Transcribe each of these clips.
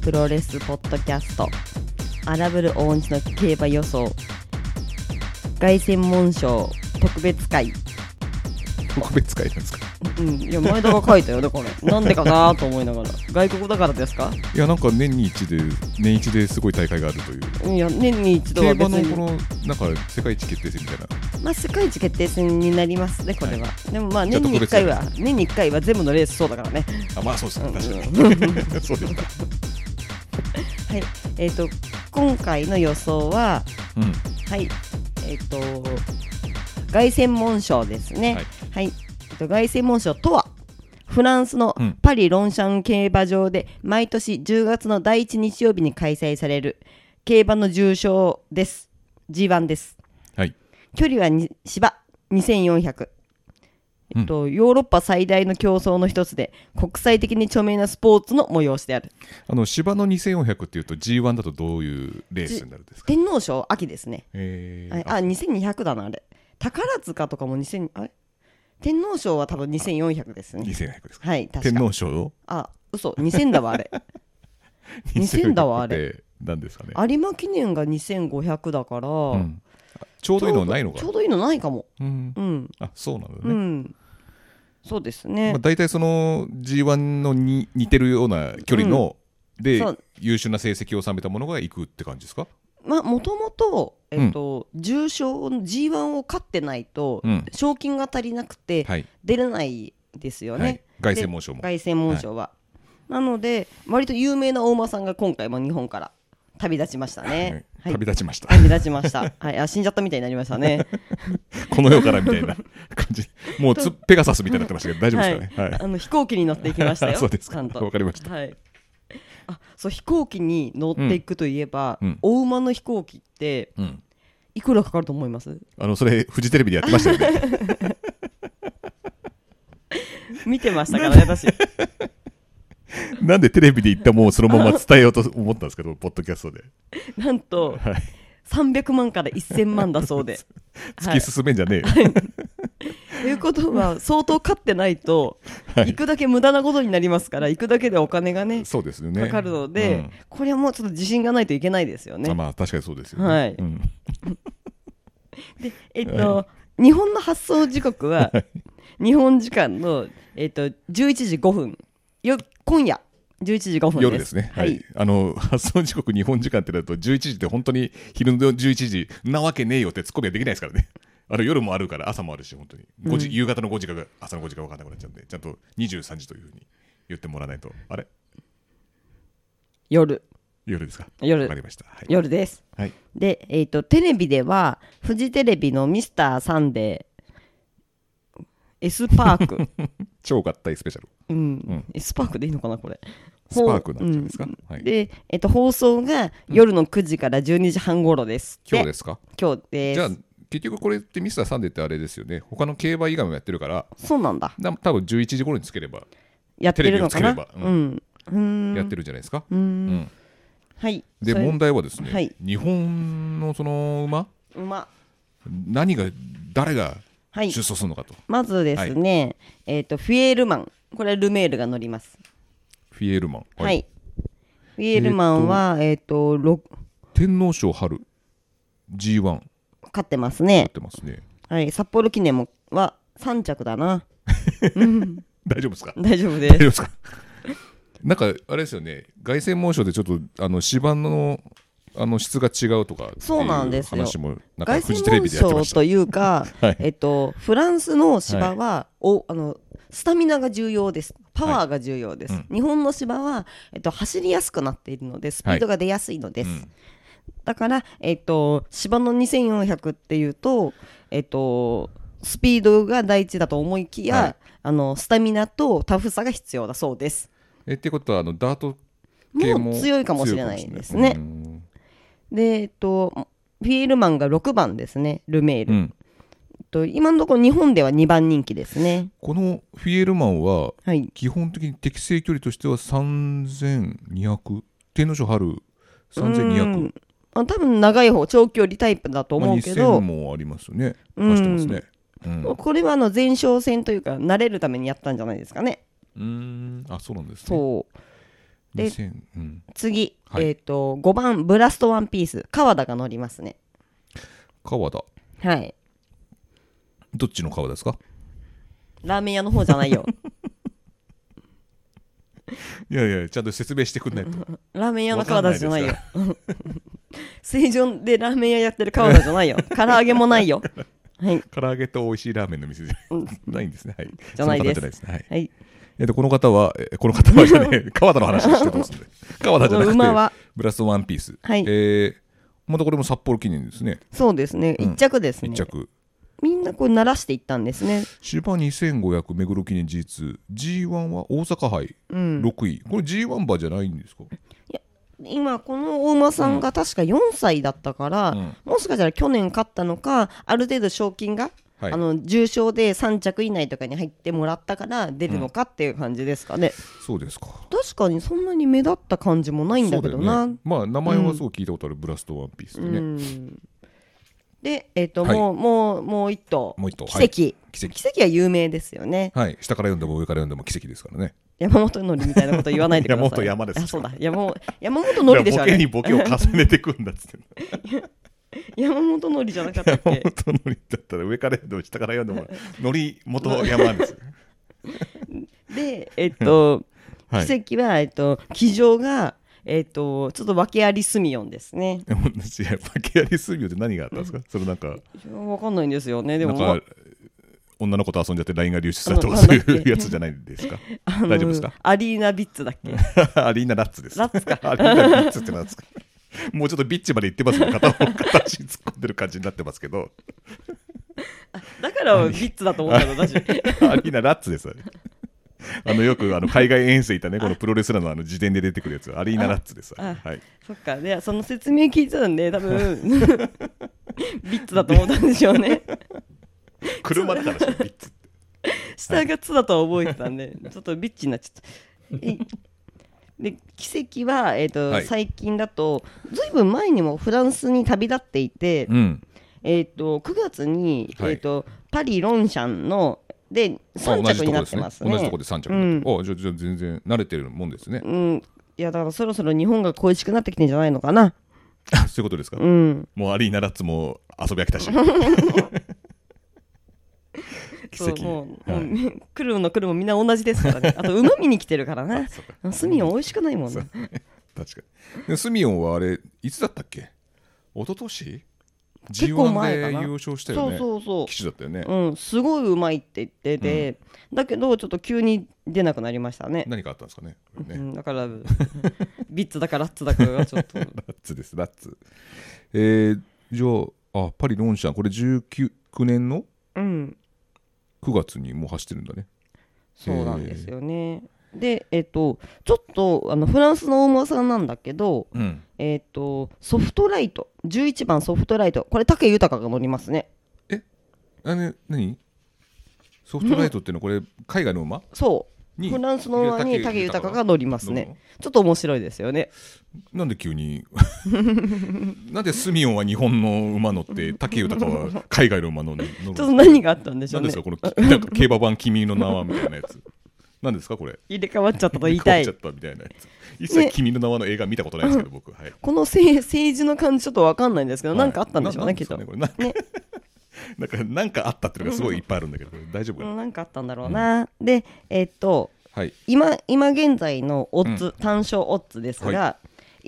プロレスポッドキャスト荒ぶる大西の競馬予想凱旋門賞特別会 特別会なんですかうんいや前田が書いたよだから なんでかなと思いながら外国だからですかいやなんか年に一で年一ですごい大会があるといういや年に一度競は馬別のこにのなんか世界一決定戦みたいなまあ世界一決定戦になりますねこれは、でもまあじゃ年あに1特別会回は年に1回は全部のレースそうだからねあまあそうですうんね確かにそうでしたはいえっ、と今回の予想はうんはい、えっ、と、凱旋門賞ですね。ははいい、えっと、凱旋門賞とは。フランスのうんパリ・ロンシャン競馬場で毎年10月の第1日曜日に開催される競馬の重賞です。G1 です。はい距離はに芝2400。えっと、ヨーロッパ最大の競争の一つで国際的に著名なスポーツの催しである。あの芝の2400っていうと G1 だとどういうレースになるんですか天皇賞秋ですね。えあー、あ2200だなあれ宝塚とかも2000あれ天皇賞は多分2400ですね2400ですかはい確か天皇賞のあ嘘2000だわあれ2000だわあれって何ですかね有馬記念が2500だから、うんあちょうどいいのはないのかちょうどいいのないかもうんうんあそうなのね、うんそうですね、まあ、大体その G1 のに似てるような距離の、でそう優秀な成績を収めたものが行くって感じですかまあもともと、えっと重賞の g 1を勝ってないと、うん賞金が足りなくてはい、出れないですよね、はい、凱旋門賞も凱旋門賞は、なので割と有名な大間さんが今回も日本から旅立ちましたね、ははいい旅、立ちました、 旅立ちました、はい、あ死んじゃったみたいになりましたねこの世からみたいな感じもうつペガサスみたいになってましたけど 大丈夫ですかね、はいあの飛行機に乗っていきましたよ そうですかちゃんとわかりましはいあそう飛行機に乗っていくといえば、うんうんお馬の飛行機ってうん、いくらかかると思いますあのそれフジテレビでやってましたよね 見てましたからね私 なんでテレビで言ったもうそのまま伝えようと思ったんですけどポッドキャストで、なんとはい、 300万から1000万だそう で突はいき進めんじゃねえよ、ということは相当勝ってないと、はい行くだけ無駄なことになりますから行くだけでお金がねそうですよねかかるので、うんこれはもうちょっと自信がないといけないですよねあ。まあ確かにそうですよね、はいうんえっと、日本の発送時刻は日本時間の、えっと、11時5分よ今夜11時5分です夜ですね、ははいいあの発送時刻、日本時間ってなると、11時って本当に昼の11時、なわけねえよってツッコミはできないですからね、あの夜もあるから、朝もあるし、本当に5時、夕方の5時か、朝の5時か分かんなくなっちゃうんで、ちゃんと23時というふうに言ってもらわないと、あれ、夜夜ですか、夜分かりました、はい、夜です。はい、で、えっとテレビではフジテレビの「ミスターサンデー」S パ ーク、超合体スペシャル、うんん S パークでいいのかなこれスパークなんじゃないですか、はい、で、えっと、放送が夜の9時から12時半頃ですって。今日ですか、今日です。じゃあ、結局これってミスターサンデーってあれですよね、他の競馬以外もやってるから、そうなんだ。な多分11時頃につければやってるのかなテレビをつければう。うんやってるんじゃないですか。うんはい。でそれ問題はですね、はい日本のその馬うま。何が誰がはい。出走するのかと、まずですね、えっと、フィエールマン。これ、ルメールが乗ります。フィエールマン、はい。フィエールマンは、えっと、ろ天皇賞春 G1 勝勝ってますねっ。てますねはい。札幌記念もは3着だな。 大丈夫ですか大丈夫 大です。丈夫ですかなんかあれですよね凱旋門賞でちょっとあの芝のあの質が違うとかっていそうなんですよ話もなんか凱フジ旋テレ門ビでやってま賞したというか、 はいえっと、フランスの芝は、おあのスタミナが重要ですパワーが重要です、はい日本の芝は、えっと、走りやすくなっているのでスピードが出やすいのです、うんだから、えっと、芝の2400っていうと、えっと、スピードが第一だと思いきや、はいあのスタミナとタフさが必要だそうですえってことはあのダート系ももう強いかもしれないです強いかねもしれないで、えっと、フィエールマンが6番ですねルメーうル、んえっうんと今のところ日本では2番人気ですねこのフィエールマンははい基本的に適正距離としては3200天皇賞春う3200んあ多分長い方長距離タイプだとまあ思うけど2000、もありますよねうん走ってますねうんこれはあの前哨戦というか慣れるためにやったんじゃないですかねうーんあそうなんですねそうで2000うん、次、はいえっ、と5番ブラストワンピース川田が乗りますね川田はいどっちの川田ですかラーメン屋の方じゃない よいやいやちゃんと説明してくんないとラーメン屋の川田じゃないよ水上でラーメン屋やってる川田じゃないよ唐揚げもない よはい唐揚げと美味しいラーメンの店じゃないんですねはいじゃないですその方じゃないですねはいはいえっとこの方はえーこの方はじゃねえ 川田の話をしてますんで川田じゃなくこの馬はてブラストワンピースはいえーまたこれも札幌記念ですねそうですねうん一着ですね、一着みんなこう慣らしていったんですね芝2500目黒記念 G2G1 は大阪杯うん6位これ G1 馬じゃないんですか今このお馬さんが確か4歳だったから、うんもしかしたら去年勝ったのかある程度賞金が、はいあの重賞で3着以内とかに入ってもらったから出るのかっていう感じですかね、そうですか確かにそんなに目立った感じもないんだけどなそうだよねまあ名前はすごい聞いたことあるブラストワンピースうでねんでえっ、と、はいもうもうもう一頭もう一頭奇跡、はい奇奇跡跡は有名ですよねはい下から読んでも上から読んでも奇跡ですからね山本のりみたいなこと言わないでください 山本山ですあそうだ山本山本のりでしょあれボケにボケを重ねてくんだっつ って山本のりじゃなかったっ 山け本のりだったら上から読んでも下から読ん でものり元山ですでえっとはい 奇跡は、えっと、騎乗が、えっと、ちょっと訳ありスミヨンですね。山本氏やっぱケアリスミオって何があったんで すかそれなんかわかんないんですよね。でなも、んまあか女の子と遊んじゃって LINE が流出したとあのかそうなんだっいうけやつじゃないですか あの大丈夫ですかアリーナビッツだっけ アリーナラッツですラッツかアリーナビッツってな んですかもうちょっとビッチまで行ってますけど片方片足に突っ込んでる感じになってますけどだからビッツだと 思ったの、私。アリーナラッツです。あのよくあの海外遠征 いたね、このプロレスラーのあの自伝で出てくるやつ、アリーナラッツです。あはい、そっか、で、その説明聞いてたんで、多 分ビッツだと思ったんでしょうね。車だからしょ、ビッツって。下が「つ」だとは覚えてたんで、ちょっとビッチになっちゃった。いで奇跡は、えっとはい最近だとずいぶん前にもフランスに旅立っていて、うん、えー、と9月に、はいえー、とパリ・ロンシャンのであ3着になってますね。同じとこですね。同じとこで三着になってる。あ、じゃあじゃあ全然慣れてるもん ですね。うん、いやだからそろそろ日本が恋しくなってきてんじゃないのかな。そういうことですか。うん、もうアリーナラッツも遊び飽き たし。奇そうも跡。う、はいもう来るの来るもみん な同じですから ね。あと馬見に来てるからね。隅は美味しくないもんね。確かに。でスミオンはあれいつだったっけ？一昨年結構 G1 前かなで優勝したよそうね。そうそ騎手だったよねう。。うん、すごいうまいって言ってて、だけどちょっと急に出なくなりましたね。何かあったんですかね。これねうん、だから ビッツだかラッツだかがちょっ と。ラッツです、ラッツ。えー、じゃあ、あパリ・ロンシャン、これ19 9年のうん9月にもう走ってるんだね。そうなんですよね。で、えっと、ちょっとあのフランスの大馬さんなんだけど、うん。えっと、ソフトライト、11番ソフトライト、これ、武豊が乗りますね。あれ、何ソフトライトっていうのは、これ、海外の馬そにう、フランスの馬に武豊が乗ります乗ね。ちょっと面白いですよね。るのなんで急に、 なんでスミオンは日本の馬乗って、武豊は海外の馬乗るのちょっと何があったんでしょなうんねです。か、この、なんか競馬版君の名はみたいな やつ。なんですか、これ。入れ替わっちゃったと言いたい変わっ。ちゃったみたいなやつ。一切君の名はの映画見たことないですけど、僕。はい。このせい政治の感じ、ちょっと分かんないんですけど、 なんかあったんでしょうね、きっと。なんなんすかねこれなんか、なんかなんかあったっていうのがすごいいっぱいあるんだけど、 大丈夫かうな、んなんかあったんだろうな。で、えっと、はい。今今現在のオッズ、う単勝オッズですが、は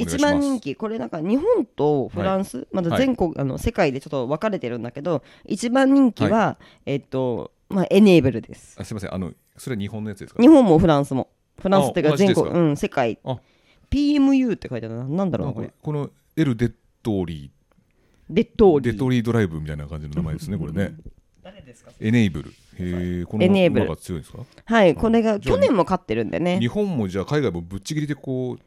お願いし一ます番人気これなんか日本とフランス、まだ全国、あの世界でちょっと分かれてるんだけど一番人気は、えっとまあエネーブルですあすみません、あの、それは日本のやつですか日本もフランスもフランスっていうあか同じ全ですか国うん世界あ PMU って書いてあるななんだろうななんこかれこのエル・デッドリレッドオー、ーリデッードリードライブみたいな感じの名前ですね、これね。誰ですかエネイブル。へえ、このエネイブル馬が強いんですかはいこれがじゃあ去年も勝ってるんでね日本もじゃあ海外もぶっちぎりでこう、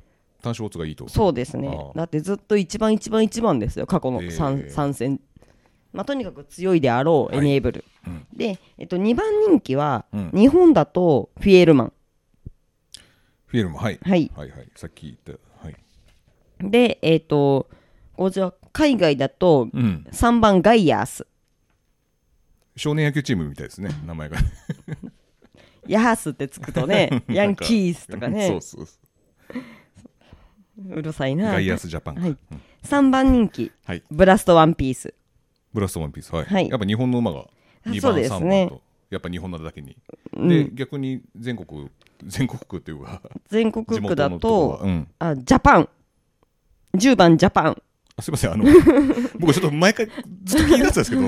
単勝オッズがいいと。そうですねああだってずっと一番一番一番ですよ過去のへえ 3,、参戦、まあ、とにかく強いであろうはエいネーブル、うんで、えっと、2番人気は、うん日本だとフィエールマンフィエルも、はい。はいはいはい。さっき言った。はい。でえっとこちら海外だとうん。 3番ガイアース少年野球チームみたいですね、名前が。 ヤースってつくとねヤンキースとかねそうそうそう。うるさいなガイアスジャパンか、はいうん3番人気はいブラストワンピースブラストワンピースはい、はいやっぱ日本の馬があ2そう番、です3ね番とやっぱ日本なだけに、うんで逆に全国全国区というか全国地区元だのとこはうん、あジャパン10番ジャパンあすいませんあの 僕ちょっと毎回ずっと気になってたんですけど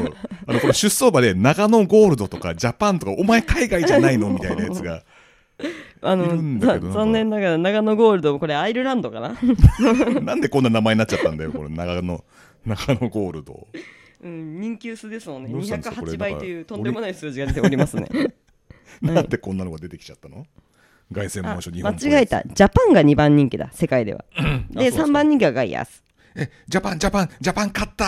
あのこの出走馬で長野ゴールドとかジャパンとかお前海外じゃないのみたいなやつ があいるんのだざけど残念ながら長野ゴールドもこれアイルランドかな、なんでこんな名前になっちゃったんだよこの長野長野ゴールド うん、人気薄ですもんねどうしたんですかこれ208倍といなんうかとんでもない数字が出ておりますねなんでこんなのが出てきちゃったの凱旋 あ門賞日間本違えたジャパンが2番人気だ世界では あそうでそう3番人気がガイアスえジャパンジャパンジャパン勝った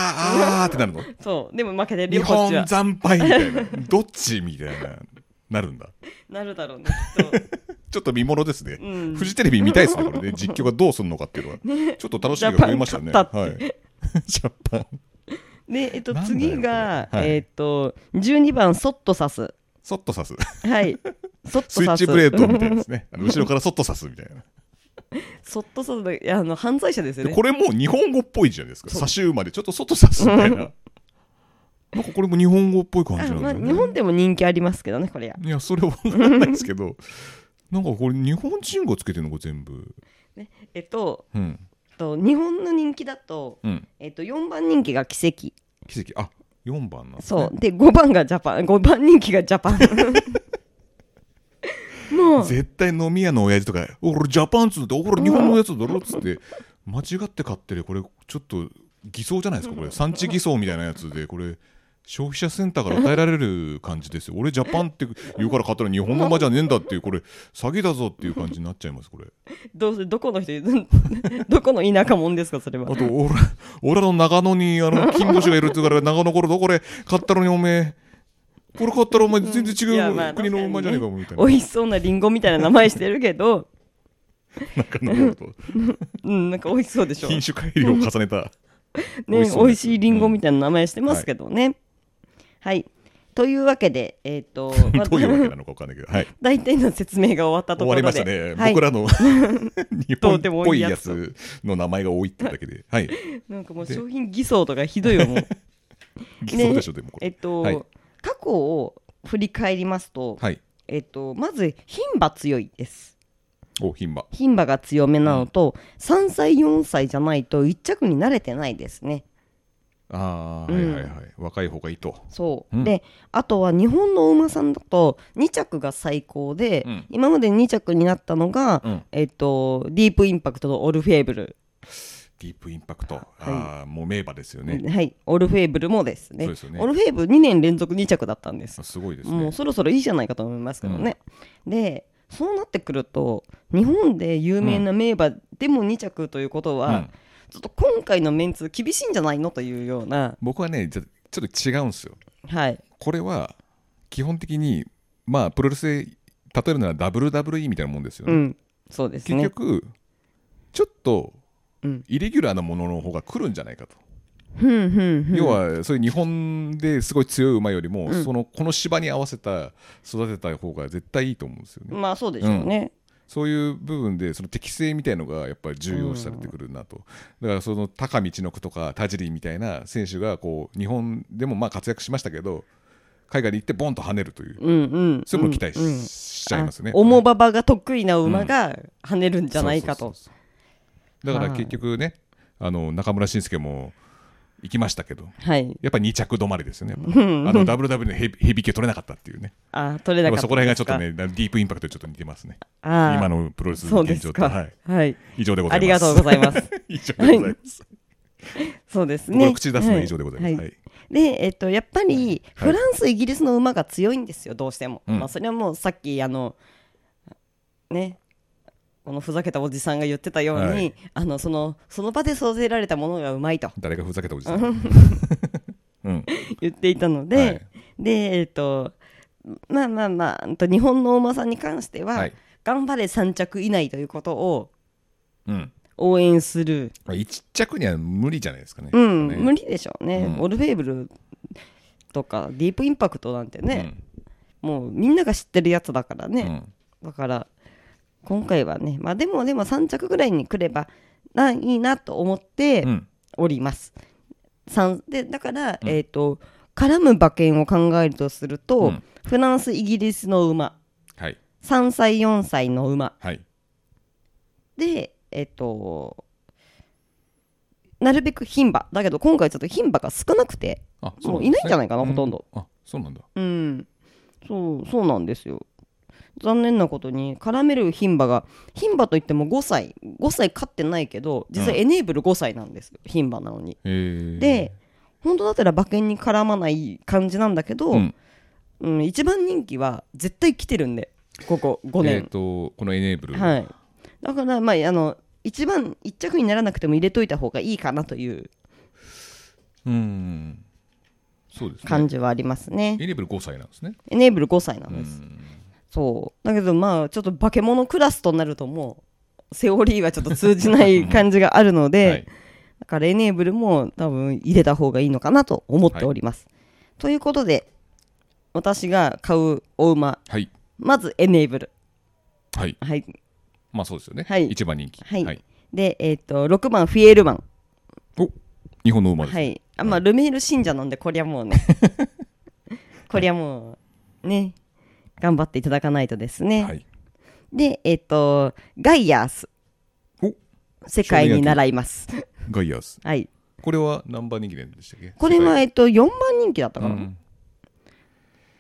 あーって なるのそうでも負けてる日よこっ本ちは惨敗みたいなどっちみたいななるんだなるだろうねきっとちょっと見ものですね、うんフジテレビ見たいですねこれ ね実況がどうするのかっていうのは、ちょっと楽しみが増えましたねジャパンはいジャパンで、えっと、なんだよ次が、これはいえっと、12番、そっと刺す。そっと刺すはい。そっと刺す。 スイッチブレードみたいですねあの後ろからそっと刺すみ たいなそっと刺す。いや、あの、犯罪者ですよでね。これもう日本語っぽいじゃないですか差し馬でちょっとそっと刺すみたいななんかこれも日本語っぽい感じあなんまだあ、よね、日本でも人気ありますけどね、これや。いや、それは分からないですけど、 なんかこれ、日本人がつけてるのか、全部。えっと、うん。えっと日本の人気だと、うん。えっと、4番人気が奇跡。奇跡。あ、4番なんですそねう。。で、5番がジャパン。5番人気がジャパ ン。もう、絶対飲み屋の親父とか、俺、ジャパンツって、俺、日本のやつだろっつって、間違って買ってる、これ、ちょっと、偽装じゃないですか、これ。産地偽装みたいなやつで、これ。消費者センターから与えられる感じですよ。俺ジャパンって言うから買ったら日本の馬じゃねえんだっていうこれ詐欺だぞっていう感じになっちゃいますこれ。どうせ、どこの人、 どこの田舎もんですか、それはあ。と、俺、俺らの長野に、あ の、金星がいるって言うから、長野頃どこで買ったのに、おめえ、これ買ったらお前全然い違やう、まあ国の馬じゃねえかも、みたいな。美味しそうなリンゴみたいな名前してるけど、中野頃とうん、なんか美味しそうでしょ。品種改良を重ねた。美味ね、しそうなやつ美味しいリンゴみたいな名前してますけどね。はい、というわけで、えっ、とまあ どういうわけなのかわかんないけど、はい。大体の説明が終わったと終こわろでりましたね。はい僕、らの日ど本うでっもぽいいいややつつの名前が多いってだけで、はい。なんかもう商品偽装とかひどいよもう偽装でしょ、でもこえれ。っと、はい過去を振り返りますと、はい。えっとまず牝馬強いですお、牝馬。牝馬が強めなのと、3歳4歳じゃないと1着に慣れてないですねああ、うはいんはいはい。若い方がいいと。そう、うんであとは日本のお馬さんだと2着が最高で、うん今まで2着になったのが、うんえっとディープインパクトとオルフェーブル、ディープインパクト。ああ、もう名馬ですよね。はいオルフェーブルもですねそうですよねオルフェーブル2年連続2着だったんですあすごいですもうね。そろそろいいじゃないかと思いますけどね、でそうなってくると日本で有名な名馬でも2着ということは、うんちょっと今回のメンツ厳しいんじゃないのというような僕はね、ちょっとちょっと違うんですよ。はいこれは基本的にまあプロレスで例えるなら WWE みたいなもんですようね、んそうです結ね局、ちょっとうんイレギュラーなものの方が来るんじゃないかと、ふんふんふん要はそういう日本ですごい強い馬よりも、うんそのこの芝に合わせた育てた方が絶対いいと思うんですよね、まあそうでしょうね、そういう部分でその適性みたいのがやっぱり重要視されてくるなと、だからその高道の句とか田尻みたいな選手がこう日本でもまあ活躍しましたけど海外に行ってボンと跳ねるといううんうんそういうのを期待し,、うんうんちゃいますね。あ重馬場が得意な馬が跳ねるんじゃないかと。そうそうそうだから結局ね、あの中村慎介も行きましたけど、はい。やっぱり2着止まりですよね、やっぱあの WW のヘビヘビー級取れなかったっていうね、あ、取れやなかった。っぱそこら辺がちょっと。ね、ディープインパクトにちょっと似てますね、あ今あ、のプロレスそうで現す状と、か。ははいい、。はい以上でござあいりまがす。とうございます。 以上でございます。そうです 僕ね。の口出すのは以上でございます。ははいで、えっと、やっぱり、はいフランス、イギリスの馬が強いんですよ、どうしても。うんまあ、それはもうさっき、あの、ね、このふざけたおじさんが言ってたように、はいあの、その、その場で育てられたものがうまい と誰がふざけたおじさん。 うん、言っていたので、はいで、えっと、まあまあまあうんと、日本のお馬さんに関しては、はい頑張れ3着以内ということをうん、応援する、まあ一着には無理じゃないですかね。うんね無理でしょうね、うんオルフェーブルとかディープインパクトなんてうね、んもうみんなが知ってるやつだからうね、んだから今回はねまあでもでも3着ぐらいに来ればないいなと思ってうんおります。さんでだから、えっ、と絡む馬券を考えるとすると、うんフランスイギリスの馬はい3歳4歳の馬はいでえっ、となるべく牝馬だけど今回ちょっと牝馬が少なくてあもういないんじゃないかなうほとんどあそうなんだうんそうそうなんですよ残念なことに絡める牝馬が牝馬といっても5歳5歳飼ってないけど実う際エネーブル5歳なんですよ牝馬なのにへーで本当だったら馬券に絡まない感じなんだけど、ううんん一番人気は絶対来てるんでここ5えっ年、とこのエネーブルはい、だからまああの一番一着にならなくても入れといた方がいいかなといううんそうですね感じはありますねエネーブル5歳なんですねエネーブル5歳なうんです、んそうだけどまあちょっと化け物クラスとなるともうセオリーはちょっと通じない感じがあるので、 はいだからエネーブルも多分入れた方がいいのかなと思っております、ということで私が買うお馬はいまずエネーブル。はいはい。まあそうですよねはい一番人気はいで、えっ、と、6番、フィエールマン。お日本の馬ですはい。あ、まあ、ルメール信者なんで、こりゃもうね。こりゃもう、ね。頑張っていただかないとですね。はいで、えっ、と、ガイアース。お世界に習います。ガイアスはい。これは何番人気なんでしたっけこれは、世えっ、と、4番人気だったか界な。うん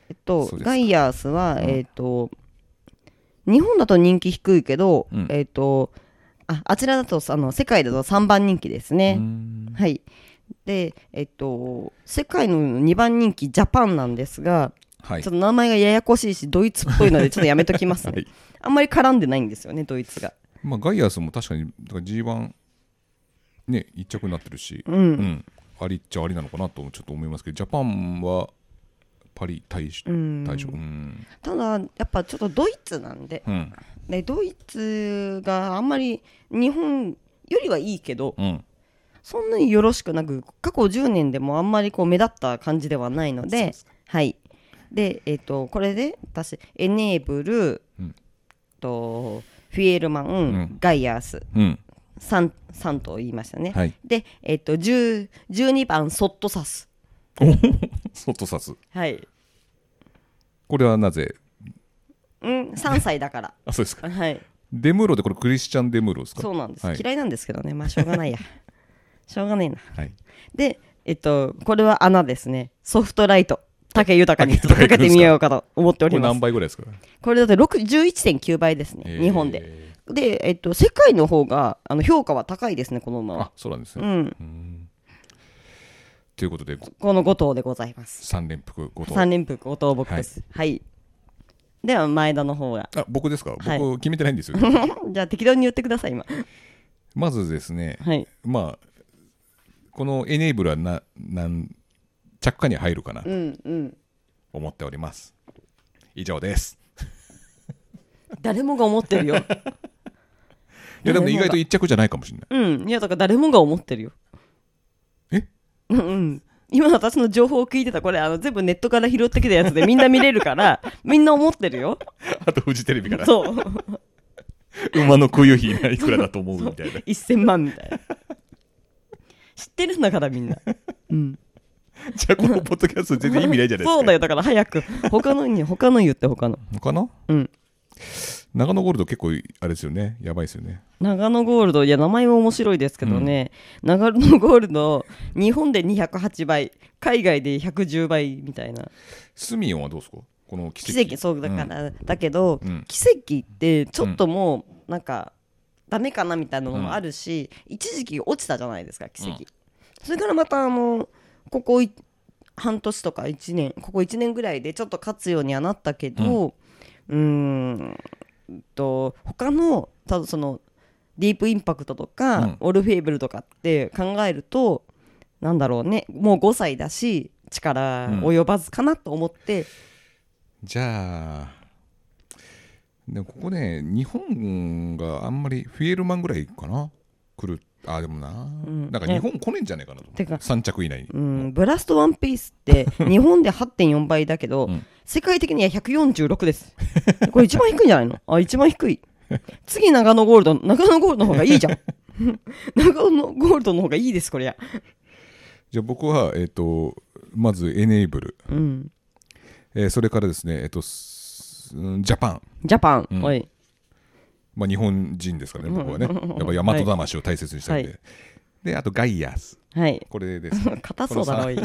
えっとそうですかガイアースは、うんえっ、と日本だと人気低いけど、うんえっ、とああちらだとあの世界だと3番人気ですねうー。んはいでえっ、と世界の2番人気ジャパンなんですが、はいちょっと名前がややこしいしドイツっぽいの でちょっとやめときますね、はいあんまり絡んでないんですよねドイツが。まあ、ガイアスも確かにだから G1、ね、一着になってるし、うんうんありっちゃありなのかなとちょっと思いますけどジャパンはパリ大賞うん大賞うん、ただやっぱちょっとドイツなんでうんでドイツがあんまり日本よりはいいけどうんそんなによろしくなく過去10年でもあんまりこう目立った感じではないのではいでえっ、とこれで私エネーブル、うんとフィエルマン、んガイアースうん、 3, 三と言いましたね、はいでえっ、と10 12番ソットサス外札はい、これはなぜうん、3歳だ からあそうですかはいデムーロでこれクリスチャン・デムーロですかそうなんです、はい嫌いなんですけどねまあしょうがない やしょうがないなはい、でえっとこれは穴ですねソフトライト竹豊に 竹豊かけてみようかと思ってこおりれます何倍ぐらいですか、これだって6 11.9倍ですね、え ー日本で。で、えっと、世界の方があの評価は高いですね、この馬は。あそうなんですうね、ん、うんということでこの5頭でございます。 3連服ごと3連複5頭ボックス。はい、では、 前田の方が。あ僕ですかはい僕決めてないんです よ、じゃあ、適当に言ってください、今。まずですね、はい。まあ、このエネーブルはな何着火に入るかなとうんうん。思っております。以上です。誰もが思ってるよ。いや、でもねな意るほど外と一着じゃないかも しれない。うん。いや、だから誰もが思ってるよ。えうんうん。今私の情報を聞いてた、これ、あの、全部ネットから拾ってきたやつでみんな見れる から、みんな思ってるよ。あとフジテレビからそう。馬の空輸費いくらだと思う みたいな。 1000万みたいな知ってるんだからみんな、うん、じゃあこのポッドキャスト全然意味ないじゃないですか。そうだよだから早く他のに他の言って他のかなうん長野ゴールド結構あれですよね。やばいですよね。長野ゴールドいや名前は面白いですけどね、長野ゴールド日本で208倍海外で110倍みたいなスミオンはどうですかこの奇奇跡。跡そうだから、だけど、うん奇跡ってちょっともうなんかダメかなみたいなのもあるし、一時期落ちたじゃないですか奇跡、うんそれからまたあのここい半年とか1年ここ1年ぐらいでちょっと勝つようにはなったけどうーんと他のただそのディープインパクトとか、うんオルフェーブルとかって考えるとなんだろうねもう5歳だし力及ばずかなと思って、じゃあ、でもここね、日本があんまりフィエルマンぐらいかな、来る、あ、でもな、んなんか日本来ねえんじゃないかなと思う、てか3着以内に。うん、ブラストワンピースって 日本で8.4倍だけど、うん世界的には146です。これ一番低いんじゃないのあ、一番低い。次長野ゴールド、長野ゴールドの方がいいじゃん。 長尾のゴールドの方がいいですこりゃじゃあ僕は、えっとまずエネイブル、うんえーそれからですね、えっとすうんジャパン、ジャパン、うんおいまあ、日本人ですからね、僕は ね、やっぱ大和魂を大切にしたいんで、はであとガイアス、はい、これです、ね 硬そうだなおい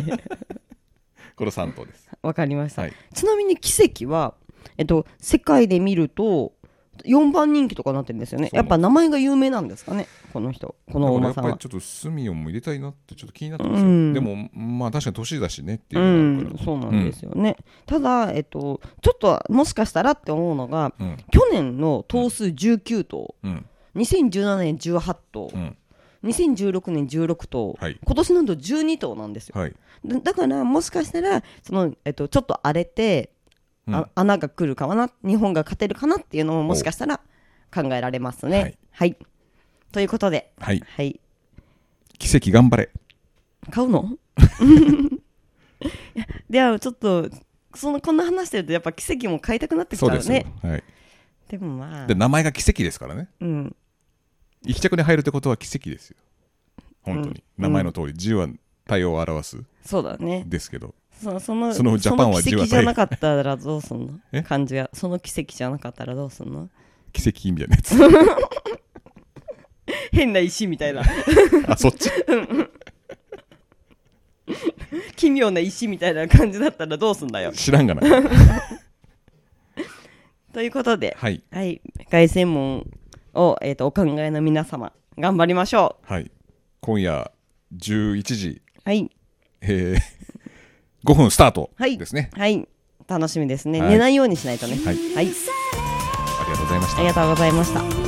この3頭です。 わかりました、はいちなみに奇跡はえっと世界で見ると4番人気とかなってるんですよねそうやなんっぱ名前が有名なんですかねこの人このおだ馬かさらんやっぱりはちょっとスミオンも入れたいなってちょっと気になってますよ、うんでもまあ確かに年だしねっていううのがあるんか、そうなんですよね、ただ、えっと、ちょっともしかしたらって思うのが、ら、うん去年の頭数19頭、うん2017年18頭、うん2016年16頭、はい今年なんと12頭なんですよはいだだからもしかしたらその、えっと、ちょっと荒れて、うんあ穴が来るかな日本が勝てるかなっていうのももしかしたら考えられますね。ははいい、ということで、はい、はい、奇跡頑張れ、買うの いやではちょっとそのこんな話してるとやっぱ奇跡も買いたくなってきちそゃうでうすよね、はい、でもまあで名前が奇跡ですからね、うん一着に入るってことは奇跡ですよ、本当に、名前の通り、10は対応を表すそうだねですけど、そのそのそのジャパンはその奇10は跡じゃなかったらどうすんのえ感じがその奇跡じゃなかったらどうすんの奇跡みたいな やつ。変な石みたい なあ、そっち。奇妙な石みたいな感じだったらどうすんだよ知らんがな。ということではい。はい凱旋門を、えー、とお考えの皆様頑張りましょはい。今夜11時、うはいえー、5分スタートはいですね。はい楽しみですね、はい寝ないようにしないとねはいはい、ありがとうございましたあり。がとうございまし「た